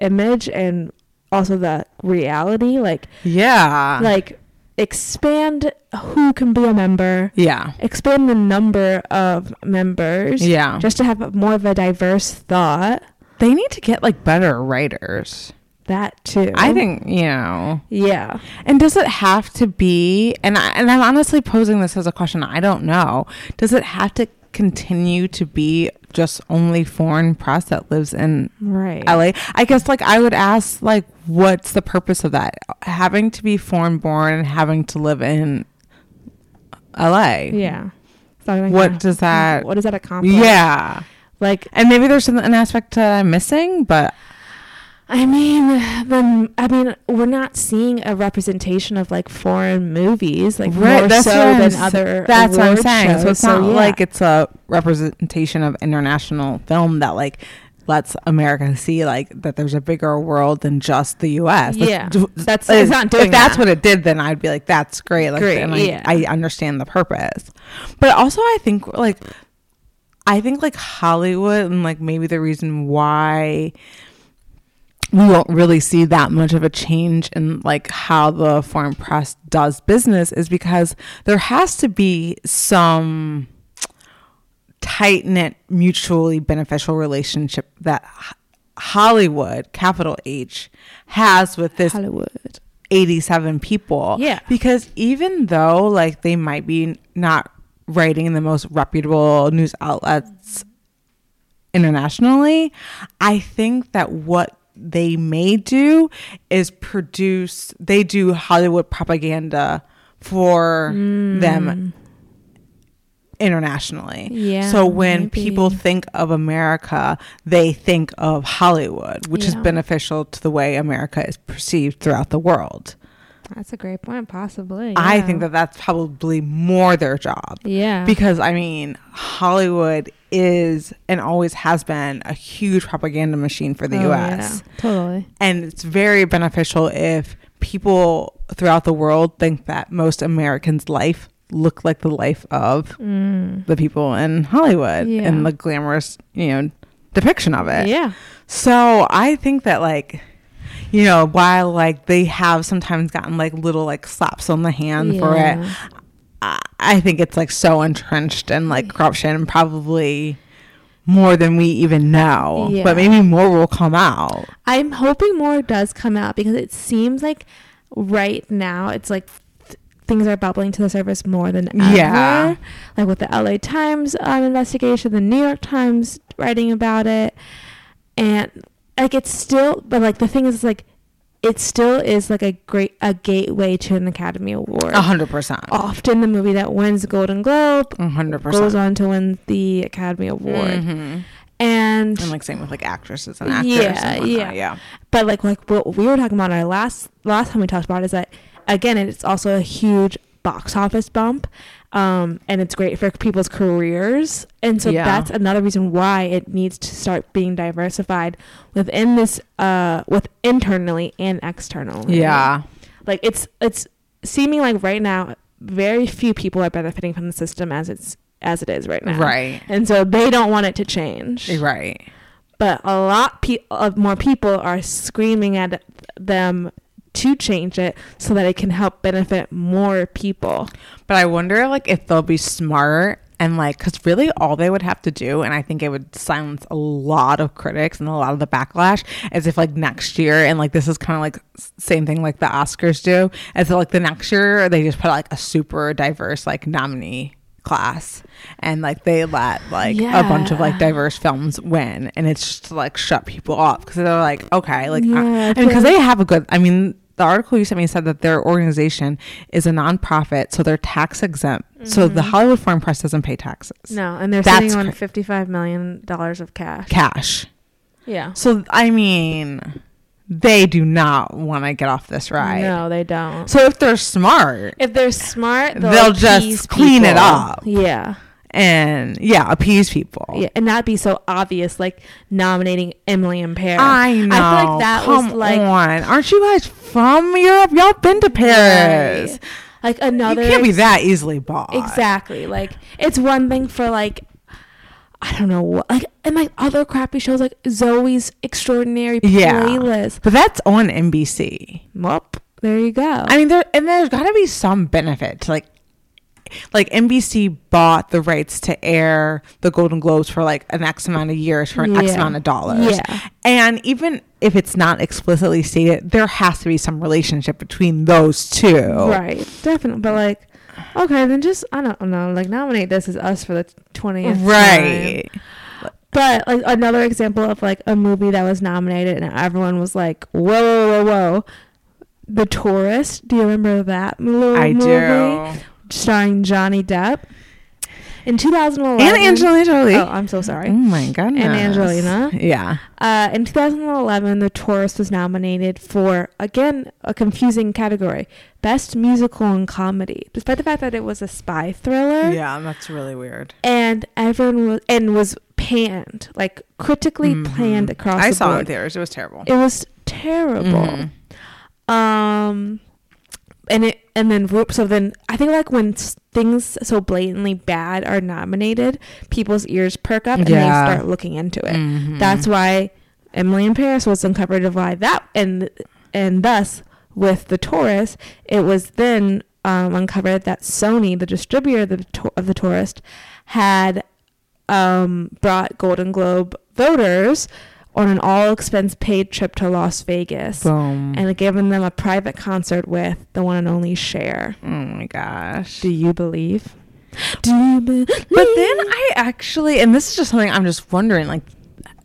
S2: image and also the reality. Like
S1: yeah,
S2: like expand who can be a member,
S1: yeah,
S2: expand the number of members
S1: yeah.
S2: just to have more of a diverse thought
S1: they need to get like better writers.
S2: that too
S1: I think you know.
S2: yeah
S1: And does it have to be? And I, and I'm honestly posing this as a question. I don't know. Does it have to continue to be just only foreign press that lives in
S2: right
S1: LA? I guess like I would ask like, what's the purpose of that? Having to be foreign born and having to live in LA.
S2: yeah So I'm like,
S1: What
S2: yeah.
S1: does that-
S2: what does that accomplish
S1: Yeah.
S2: like
S1: And maybe there's some- an aspect that I'm missing, but
S2: i mean then i mean we're not seeing a representation of like foreign movies like more so
S1: what I'm
S2: than
S1: sa-
S2: other
S1: That's what I'm
S2: award
S1: saying.
S2: shows.
S1: so it's not
S2: yeah.
S1: like it's a representation of international film that like lets America see like that there's a bigger world than just the U.S.
S2: Yeah.
S1: d-
S2: That's- it's not doing
S1: If that's
S2: that.
S1: what it did, then I'd be like, that's great. Like,
S2: Great,
S1: and I,
S2: yeah.
S1: I understand the purpose, but also I think like I think like Hollywood and like maybe the reason why we won't really see that much of a change in like how the foreign press does business is because there has to be some tight knit, mutually beneficial relationship that Ho- Hollywood, capital H, has with this
S2: hollywood
S1: 87 people.
S2: Yeah.
S1: Because even though like they might be not writing in the most reputable news outlets internationally, I think that what they may do is produce they do Hollywood propaganda for them internationally.
S2: Mm. Yeah,
S1: So when
S2: maybe.
S1: people think of America, they think of Hollywood, which is
S2: Yeah.
S1: beneficial to the way America is perceived throughout the world.
S2: that's a great point possibly
S1: I
S2: yeah.
S1: think that that's probably more their job.
S2: yeah
S1: Because I mean, Hollywood is and always has been a huge propaganda machine for the
S2: Oh, yeah,
S1: US.
S2: totally
S1: And it's very beneficial if people throughout the world think that most Americans' life look like the life of
S2: mm.
S1: the people in Hollywood
S2: Yeah.
S1: and the glamorous, you know, depiction of it.
S2: yeah
S1: So I think that like you know, while like they have sometimes gotten like little like slaps on the hand for
S2: Yeah.
S1: it, I, I think it's like so entrenched in like corruption and probably more than we even know.
S2: Yeah.
S1: But maybe more will come out.
S2: I'm hoping more does come out because it seems like right now it's like th- things are bubbling to the surface more than ever.
S1: Yeah.
S2: Like with the LA Times um, investigation, the New York Times writing about it. And like it's still, but like the thing is, like it still is like a great a gateway to an Academy Award.
S1: A hundred percent.
S2: Often the movie that wins the Golden Globe
S1: A hundred
S2: Oh, goes
S1: percent.
S2: on to win the Academy Award.
S1: Mhm.
S2: And
S1: And like same with like actresses and actors.
S2: Yeah,
S1: and whatnot,
S2: yeah.
S1: yeah.
S2: but like like what we were talking about in our last last time we talked about is that again it's also a huge box office bump um, and it's great for people's careers and so
S1: Yeah.
S2: that's another reason why it needs to start being diversified within this uh with internally and externally
S1: Yeah.
S2: like it's it's seeming like right now very few people are benefiting from the system as it's as it is right now
S1: Right.
S2: and so they don't want it to change
S1: Right.
S2: but a lot pe- of more people are screaming at them to change it so that it can help benefit more people.
S1: But I wonder like if they'll be smart and like because really all they would have to do, and I think it would silence a lot of critics and a lot of the backlash, is if like next year and like this is kind of like s- same thing like the Oscars do, as so, like the next year they just put like a super diverse like nominee class and like they let like a bunch of
S2: Yeah.
S1: like diverse films win and it's just to, like shut people off because they're like okay like uh, I,
S2: Yeah,
S1: I mean
S2: it's
S1: because
S2: like-
S1: they have a good i mean the article you sent me said that their organization is a nonprofit so they're tax exempt so the hollywood foreign press doesn't pay taxes
S2: Mm-hmm. No, and they're
S1: That's
S2: sitting on
S1: cra-
S2: $55 million of cash.
S1: cash
S2: yeah.
S1: so i mean they do not want to get off this ride
S2: No, they don't.
S1: so if they're smart
S2: If they're smart, they'll,
S1: They'll just
S2: appease
S1: clean it
S2: people.
S1: up.
S2: Yeah.
S1: and yeah appease people
S2: Yeah, and not be so obvious like nominating Emily in Paris.
S1: I know.
S2: I feel like that
S1: Come
S2: was like
S1: on. aren't you guys from Europe? Y'all been to Paris.
S2: Right. Like another
S1: you can't be that easily bought.
S2: Exactly. Like it's one thing for like I don't know what like and like other crappy shows like Zoe's Extraordinary
S1: Yeah.
S2: Playlist.
S1: But that's on NBC.
S2: Whoop. There you go.
S1: I mean, there and there's got to be some benefit to like, like NBC bought the rights to air the Golden Globes for like an X amount of years for an X
S2: Yeah.
S1: amount of dollars.
S2: Yeah.
S1: And even if it's not explicitly stated, there has to be some relationship between those two.
S2: right. Definitely. But like okay, then just I don't know, like nominate this as us for the twentieth.
S1: Right.
S2: But like another example of like a movie that was nominated and everyone was like, Whoa, whoa, whoa, whoa. The Tourist. Do you remember that little
S1: I
S2: movie?
S1: do.
S2: starring Johnny Depp. In 2011,
S1: And Angelina Jolie.
S2: Oh, I'm so sorry.
S1: Oh my goodness.
S2: Angelina.
S1: Yeah.
S2: Uh, in 2011, The Tourist was nominated for again a confusing category, Best Musical and Comedy, despite the fact that it was a spy thriller.
S1: Yeah, that's really weird.
S2: And everyone was and was panned, like critically panned across
S1: Mm-hmm. I
S2: the
S1: saw it in
S2: board.
S1: theaters. It was terrible.
S2: It was
S1: Mm-hmm.
S2: terrible.
S1: Mm.
S2: Um, and it and then ro- so then I think like when s- things so blatantly bad are nominated, people's ears perk up and
S1: Yeah.
S2: they start looking into it.
S1: Mm-hmm.
S2: That's why Emily in Paris was uncovered of why that and and thus with the Taurus, it was then um, uncovered that Sony, the distributor of the, Tau- of the Tourist, had um, brought Golden Globe voters on an all expense paid trip to Las Vegas
S1: Boom.
S2: and given them a private concert with the one and only Cher.
S1: oh my gosh.
S2: Do you believe? Do you believe?
S1: But then I actually, and this is just something I'm just wondering, like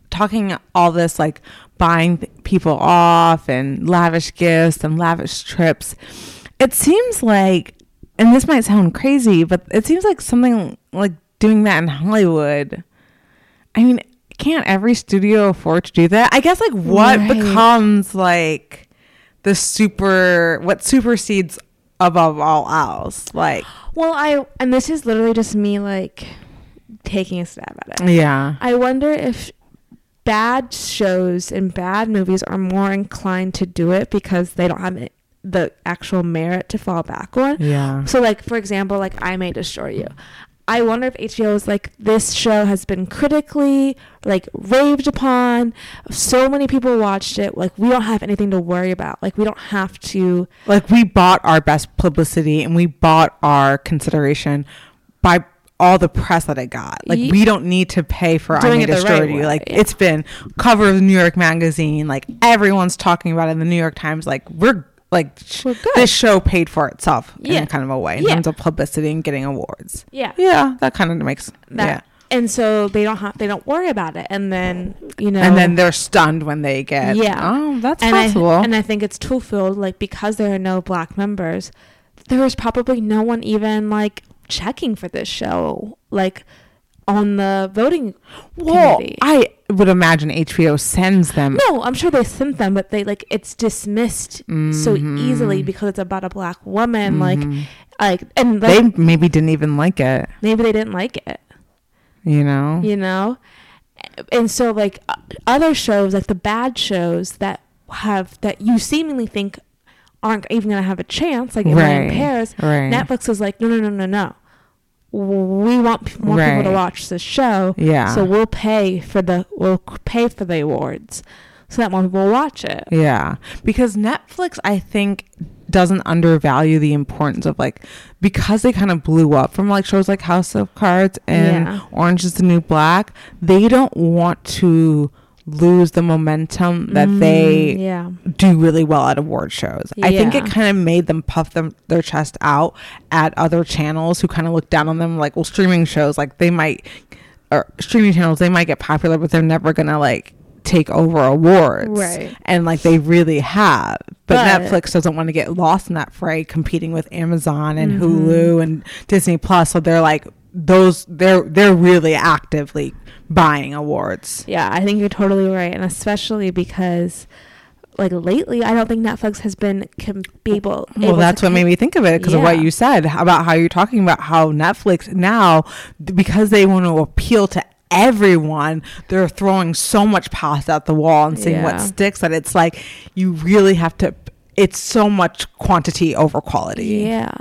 S1: talking all this, like buying th- people off and lavish gifts and lavish trips. It seems like, and this might sound crazy, but it seems like something like doing that in Hollywood. I mean, can't every studio afford to do that? I guess like what
S2: Right.
S1: becomes like the super, what supersedes above all else? Like,
S2: well, I and this is literally just me like taking a stab at it.
S1: yeah.
S2: I wonder if bad shows and bad movies are more inclined to do it because they don't have it, the actual merit to fall back on.
S1: Yeah.
S2: So, like for example, like I may destroy you. I wonder if HBO is like this show has been critically like raved upon. So many people watched it. Like we don't have anything to worry about. Like we don't have to.
S1: like we bought our best publicity and we bought our consideration by all the press that it got. Like
S2: Ye-
S1: we don't need to pay for I
S2: Doing
S1: May
S2: it the
S1: Destroy
S2: right
S1: You.
S2: way,
S1: Like
S2: yeah.
S1: it's been cover of the New York Magazine. Like everyone's talking about it in the New York Times. Like we're like sh-
S2: We're good.
S1: this show paid for itself
S2: Yeah.
S1: in kind of a way in
S2: Yeah.
S1: terms of publicity and getting awards.
S2: Yeah.
S1: Yeah, that kind of makes
S2: That.
S1: yeah.
S2: and so they don't ha- they don't worry about it, and then you know,
S1: And then they're stunned when they get.
S2: Yeah.
S1: Oh, that's
S2: and
S1: possible.
S2: I, and I think it's two-fold, like because there are no black members, there was probably no one even like checking for this show, like on the voting
S1: well,
S2: committee.
S1: I would imagine HBO sends them.
S2: no, I'm sure they sent them, but they like it's dismissed so
S1: Mm-hmm.
S2: easily because it's about a black woman, like, like, and
S1: they
S2: like,
S1: maybe didn't even like it.
S2: maybe they didn't like it.
S1: You know.
S2: you know and so like o- other shows like the bad shows that have that you seemingly think aren't even gonna have a chance like Emily in
S1: Right,
S2: paris
S1: right.
S2: netflix is like no no no no no we want p- more people
S1: Right.
S2: to watch this show
S1: Yeah.
S2: so we'll pay for the we'll c- pay for the awards so that more people will watch it
S1: Yeah. Because Netflix, I think, doesn't undervalue the importance of like, because they kind of blew up from like shows like House of Cards and
S2: Yeah.
S1: Orange is the New Black, they don't want to lose the momentum that they
S2: Mm, yeah
S1: do really well at award shows. I think it
S2: Yeah.
S1: kind of made them puff them their chest out at other channels who kind of look down on them like, well, streaming shows like they might or streaming channels they might get popular, but they're never gonna like take over awards,
S2: Right.
S1: And like they really have, but,
S2: But-
S1: Netflix doesn't want to get lost in that fray, competing with Amazon and
S2: Mm-hmm.
S1: Hulu and Disney Plus. So they're like those they're they're really actively buying awards.
S2: Yeah, I think you're totally right, and especially because, like lately, I don't think Netflix has been com- be able. able
S1: Well,
S2: to
S1: that's what
S2: com-
S1: made me think of it because of
S2: Yeah.
S1: what you said about how you're talking about how Netflix now, th- because they want to appeal to everyone, they're throwing so much pasta at the wall and seeing what
S2: Yeah.
S1: sticks that it's like you really have to. It's so much quantity over quality.
S2: Yeah,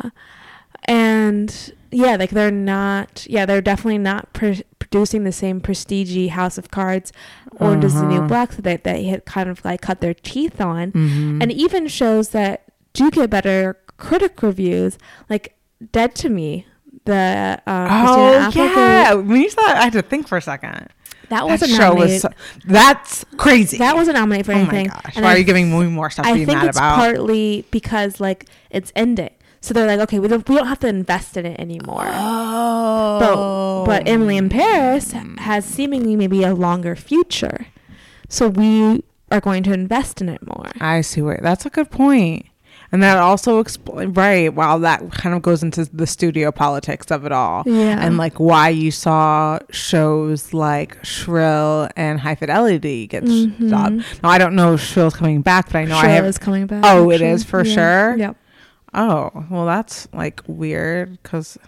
S2: and yeah, like they're not. Yeah, they're definitely not pr- producing the same prestige House of Cards or
S1: Uh-huh.
S2: Disney New Black that they had kind of like cut their teeth on,
S1: Mm-hmm.
S2: and even shows that do get better critic reviews, like Dead to Me. The um,
S1: Oh
S2: Christina Applegate-
S1: yeah, when you said that, I had to think for a second.
S2: that was
S1: That
S2: a
S1: show was so, that's crazy.
S2: That wasn't nominated for
S1: oh my
S2: anything.
S1: gosh!
S2: and
S1: Why
S2: I
S1: are you giving me more stuff to
S2: I
S1: be
S2: think
S1: mad
S2: it's
S1: about?
S2: partly because like it's ending, so they're like, okay, we don't, we don't have to invest in it anymore.
S1: oh,
S2: But but Emily in Paris has seemingly maybe a longer future, so we are going to invest in it more.
S1: I see where that's a good point. And that also explains, right? Wow, that kind of goes into the studio politics of it all.
S2: Yeah.
S1: And like why you saw shows like Shrill and High Fidelity get stopped. Now, I don't know if Shrill's coming back, but I know I
S2: Cheryl
S1: have.
S2: Mm-hmm. is coming back.
S1: Oh, it is for sure?
S2: Yep,
S1: oh, well, that's like weird because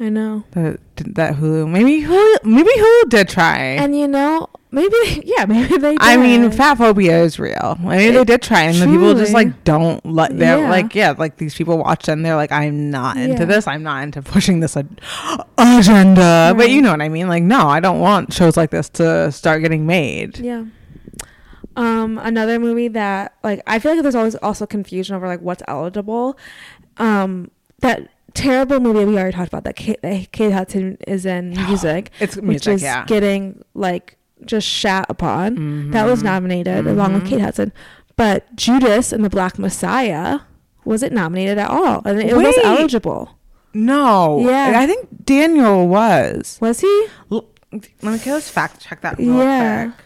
S2: I know.
S1: that, that Hulu, maybe Hulu, maybe Hulu did try.
S2: And you know, maybe yeah, maybe they.
S1: Eh. I mean,
S2: did.
S1: fat phobia is real. I mean, they
S2: It-
S1: did try, and the people just
S2: truly.
S1: like don't let. They're
S2: Yeah.
S1: like, yeah, like these people watch and they're like, I'm not into
S2: Yeah.
S1: this. I'm not into pushing this ag- agenda. But you
S2: Right.
S1: know what I mean? Like, no, I don't want shows like this to start getting made.
S2: Yeah. Um, another movie that like I feel like there's always also confusion over like what's eligible. Um, that terrible movie we already talked about that Kate, that Kate Hudson is in music,
S1: It's
S2: which
S1: music,
S2: is
S1: yeah. Mm-hmm.
S2: getting like just shat upon. That was nominated along with Kate Hudson, but Judas and the Black Messiah wasn't nominated at all, and it was
S1: Wait.
S2: eligible.
S1: no,
S2: Yeah.
S1: I think Daniel was.
S2: Was he?
S1: L- Let me just fact check that real
S2: Yeah.
S1: quick.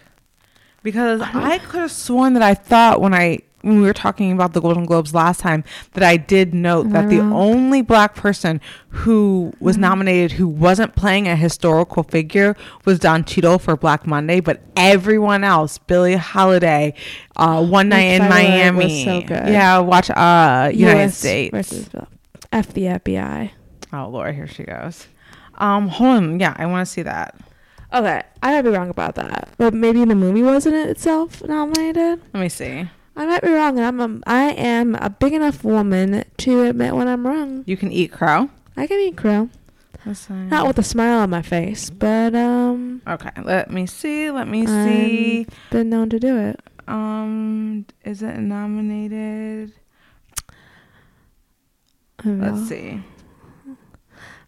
S1: Because I could have sworn that I thought when I when we were talking about the Golden Globes last time that I did note that the only black person who was
S2: Mm-hmm.
S1: nominated who wasn't playing a historical figure was Don Cheadle for Black Monday, but everyone else, Billie Holiday, uh, One Night in
S2: by the way,
S1: Miami,
S2: was so good.
S1: yeah, watch uh, United
S2: US
S1: States.
S2: versus the- F the FBI.
S1: Oh Lord, here she goes. Um, hold on, yeah, I want to see that.
S2: Okay, I might be wrong about that, but maybe the movie wasn't it itself nominated.
S1: Let me see.
S2: I might be wrong, and I'm a, I am a big enough woman to admit when I'm wrong.
S1: You can eat crow.
S2: I can eat crow,
S1: Let's see.
S2: not with a smile on my face, but um,
S1: Okay, let me see. Let me
S2: I'm-
S1: see.
S2: been known to do it.
S1: Um, is it nominated?
S2: I don't know.
S1: Let's see.
S2: Oh.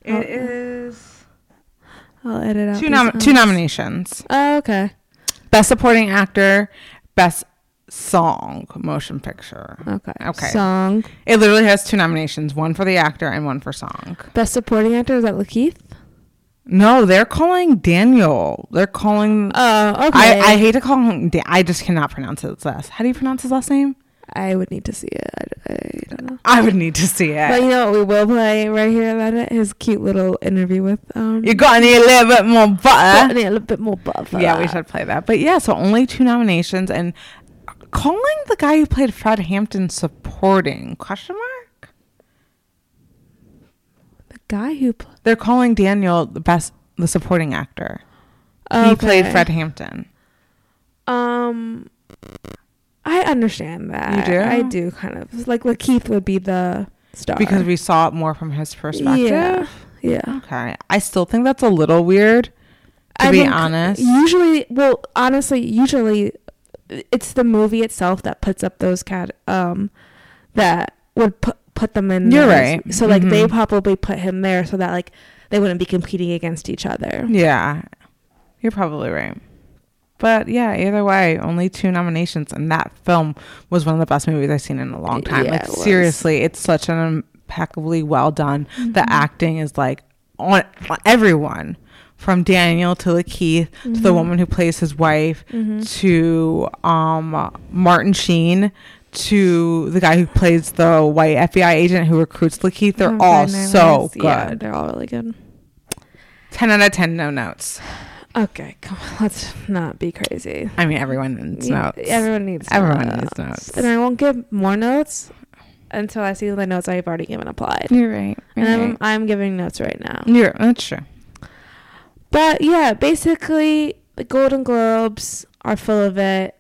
S1: It is
S2: I'll edit out
S1: two
S2: these
S1: nom- two
S2: ums.
S1: nominations:
S2: Oh, okay.
S1: best supporting actor, best song, motion picture.
S2: Okay.
S1: Okay.
S2: Song.
S1: It literally has two nominations: one for the actor and one for song.
S2: Best supporting actor is that Lakeith?
S1: No, they're calling Daniel. They're calling.
S2: Oh, okay.
S1: Uh, I, I hate to call him. Da- I just cannot pronounce his last. How do you pronounce his last name?
S2: I would need to see it. I, I don't know.
S1: I would need to see
S2: But
S1: it.
S2: you know what we will play right here about it? His cute little interview with um
S1: You got any a little bit more eh? butter?
S2: Courtney, a little bit more buff.
S1: Yeah, we should play that. But yeah, so only two nominations and calling the guy who played Fred Hampton supporting question mark.
S2: The guy who pl-
S1: They're calling Daniel the best the supporting actor. He played
S2: Okay.
S1: Fred Hampton.
S2: Um, I understand that.
S1: You do?
S2: I do kind of like Lakeith would be the star
S1: Because we saw it more from his perspective.
S2: Yeah, yeah.
S1: Okay. I still think that's a little weird. To be
S2: think
S1: honest.
S2: usually, well, honestly, usually it's the movie itself that puts up those cat um that would put put them in.
S1: You're
S2: those.
S1: right.
S2: So like they
S1: Mhm.
S2: probably put him there so that like they wouldn't be competing against each other.
S1: Yeah. You're probably right. But yeah, either way, only two nominations and that film was one of the best movies I've seen in a long time.
S2: Yeah,
S1: like
S2: it was.
S1: seriously, it's such an impeccably well done. The
S2: Mm-hmm.
S1: acting is like on on everyone from Daniel to Lakeith to
S2: Mm-hmm.
S1: the woman who plays his wife to um Martin Sheen to the guy who plays the white FBI agent who recruits Lakeith. They're
S2: Um,
S1: all
S2: Five Nine
S1: so
S2: Lives. Yeah,
S1: good.
S2: they're all really good.
S1: 10 out of 10 no notes.
S2: Okay, come on, let's not be crazy.
S1: I mean, everyone needs
S2: Yeah,
S1: notes.
S2: Everyone needs
S1: Everyone
S2: notes.
S1: needs notes.
S2: And I won't give more notes until I see the notes I've already given applied.
S1: You're right. You're,
S2: And I'm,
S1: right.
S2: I'm giving notes right now.
S1: You're- that's true.
S2: But yeah, basically, the Golden Globes are full of it.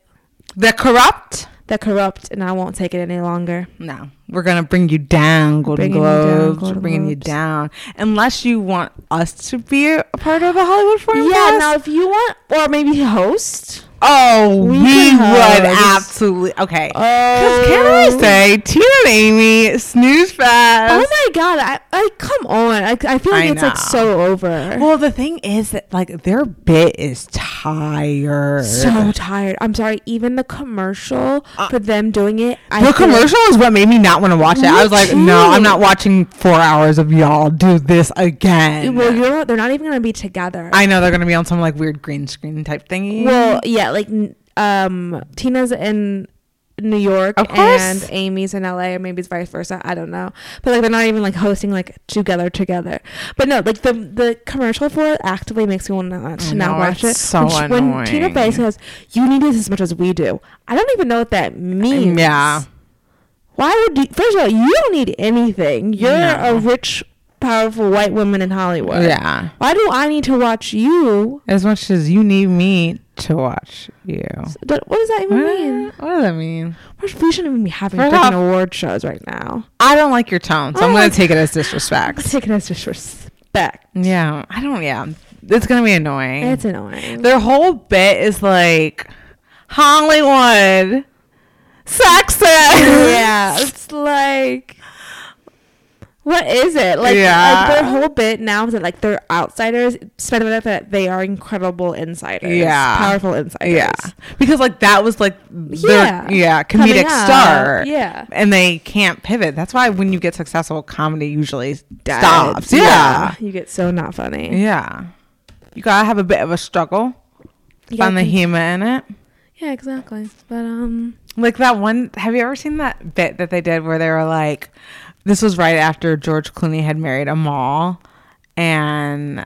S1: They're corrupt.
S2: They're corrupt, and I won't take it any longer.
S1: No, we're gonna bring you down, Golden
S2: Bringing you down,
S1: Globes.
S2: Golden
S1: we're bringing you
S2: Globes.
S1: down, unless you want us to be a part of the Hollywood Foreign
S2: Yeah,
S1: Press.
S2: now if you want, or maybe host.
S1: oh, we,
S2: we could
S1: would
S2: host.
S1: absolutely. Okay,
S2: Oh.
S1: can I say Tina and Amy snooze fest?
S2: Oh my god, I, I come on. I, I feel like
S1: I
S2: it's like
S1: know.
S2: so over.
S1: well, the thing is that like their bit is tired.
S2: so tired. I'm sorry, even the commercial
S1: Uh,
S2: for them doing it. I
S1: the
S2: feel like-
S1: commercial is what made me not want to watch it. I
S2: Me
S1: was like, no, I'm
S2: too.
S1: not watching four hours of y'all do this again.
S2: Well, you know what? They're not even gonna be together.
S1: I know they're gonna be on some like weird green screen type thingy.
S2: well, yeah, like n- um, Tina's in New York
S1: Of course.
S2: and Amy's in LA, or maybe it's vice versa. I don't know. But like, they're not even like hosting like together together. But no, like the the commercial for it actively makes me want to not,
S1: I
S2: to not
S1: know,
S2: watch
S1: it's
S2: it.
S1: so
S2: when, she- when Tina
S1: annoying.
S2: Fey says, "You need this as much as we do," I don't even know what that means.
S1: yeah,
S2: Why would you, first of all, you don't need anything. You're
S1: No.
S2: a rich, powerful white woman in Hollywood.
S1: yeah.
S2: Why do I need to watch you?
S1: As much as you need me to watch you.
S2: What what does that even
S1: What?
S2: mean?
S1: What does that mean?
S2: We're- We shouldn't even be having
S1: First
S2: freaking
S1: off-
S2: award shows right now.
S1: I don't like your tone, so
S2: I
S1: I'm gonna
S2: like-
S1: take it as
S2: Let's
S1: disrespect.
S2: take it as disrespect.
S1: Yeah, I don't. Yeah, it's gonna be annoying.
S2: It's annoying.
S1: Their whole bit is like Hollywood, sexist.
S2: yeah, it's like, what is it? Like,
S1: Yeah.
S2: like their whole bit now is that like they're outsiders, despite the fact that they are incredible insiders.
S1: Yeah.
S2: powerful insiders.
S1: Yeah, because like that was like their
S2: Yeah.
S1: yeah,
S2: Coming
S1: comedic
S2: up,
S1: star.
S2: yeah.
S1: and they can't pivot. That's why when you get successful, comedy usually
S2: Dead.
S1: stops. Yeah.
S2: you get so not
S1: yeah,
S2: funny.
S1: You gotta have a bit of a struggle.
S2: You gotta
S1: Find the
S2: think-
S1: humor in it.
S2: Yeah, exactly. But um,
S1: Like that one. Have you ever seen that bit that they did where they were like, this was right after George Clooney had married Amal, and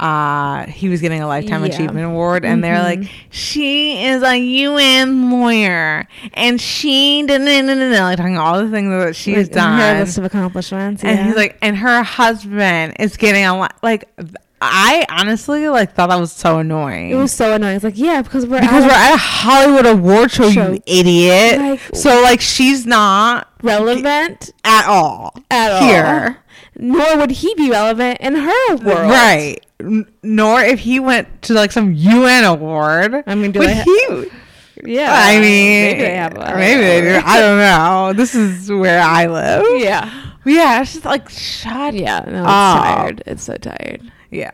S1: uh, he was getting a lifetime
S2: Yeah. Mm-hmm.
S1: achievement award, and they're like, she is a UN lawyer, and she didn't like talking all the things that she's
S2: like,
S1: done,
S2: Her list of accomplishments.
S1: and
S2: yeah.
S1: he's like, and her husband is getting a lot. Like, th- I honestly like thought that was so annoying
S2: it was so annoying. It's like, yeah, because we're
S1: because
S2: out
S1: we're
S2: of-
S1: at a Hollywood award show,
S2: Show.
S1: you idiot.
S2: Like-
S1: so like she's not
S2: relevant
S1: at all
S2: at all.
S1: here,
S2: Nor would he be relevant in her world.
S1: right? N- nor if he went to like some UN award.
S2: I mean, do
S1: would
S2: they ha-
S1: he?
S2: Yeah.
S1: I mean,
S2: maybe they have a-
S1: maybe they do. I don't know. This is where I live.
S2: Yeah.
S1: yeah. It's just like shut.
S2: Yeah. No, it's
S1: up.
S2: tired. It's so tired.
S1: yeah.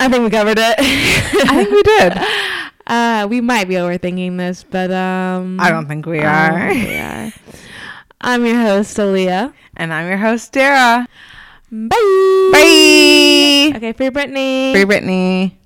S2: I think we covered it.
S1: I think we did.
S2: Uh, we might be overthinking this, but um,
S1: I don't think we
S2: I don't
S1: are.
S2: think we are. I'm your host, Aaliyah.
S1: And I'm your host, Dara.
S2: Bye.
S1: Bye.
S2: Okay, free Britney.
S1: Free Britney.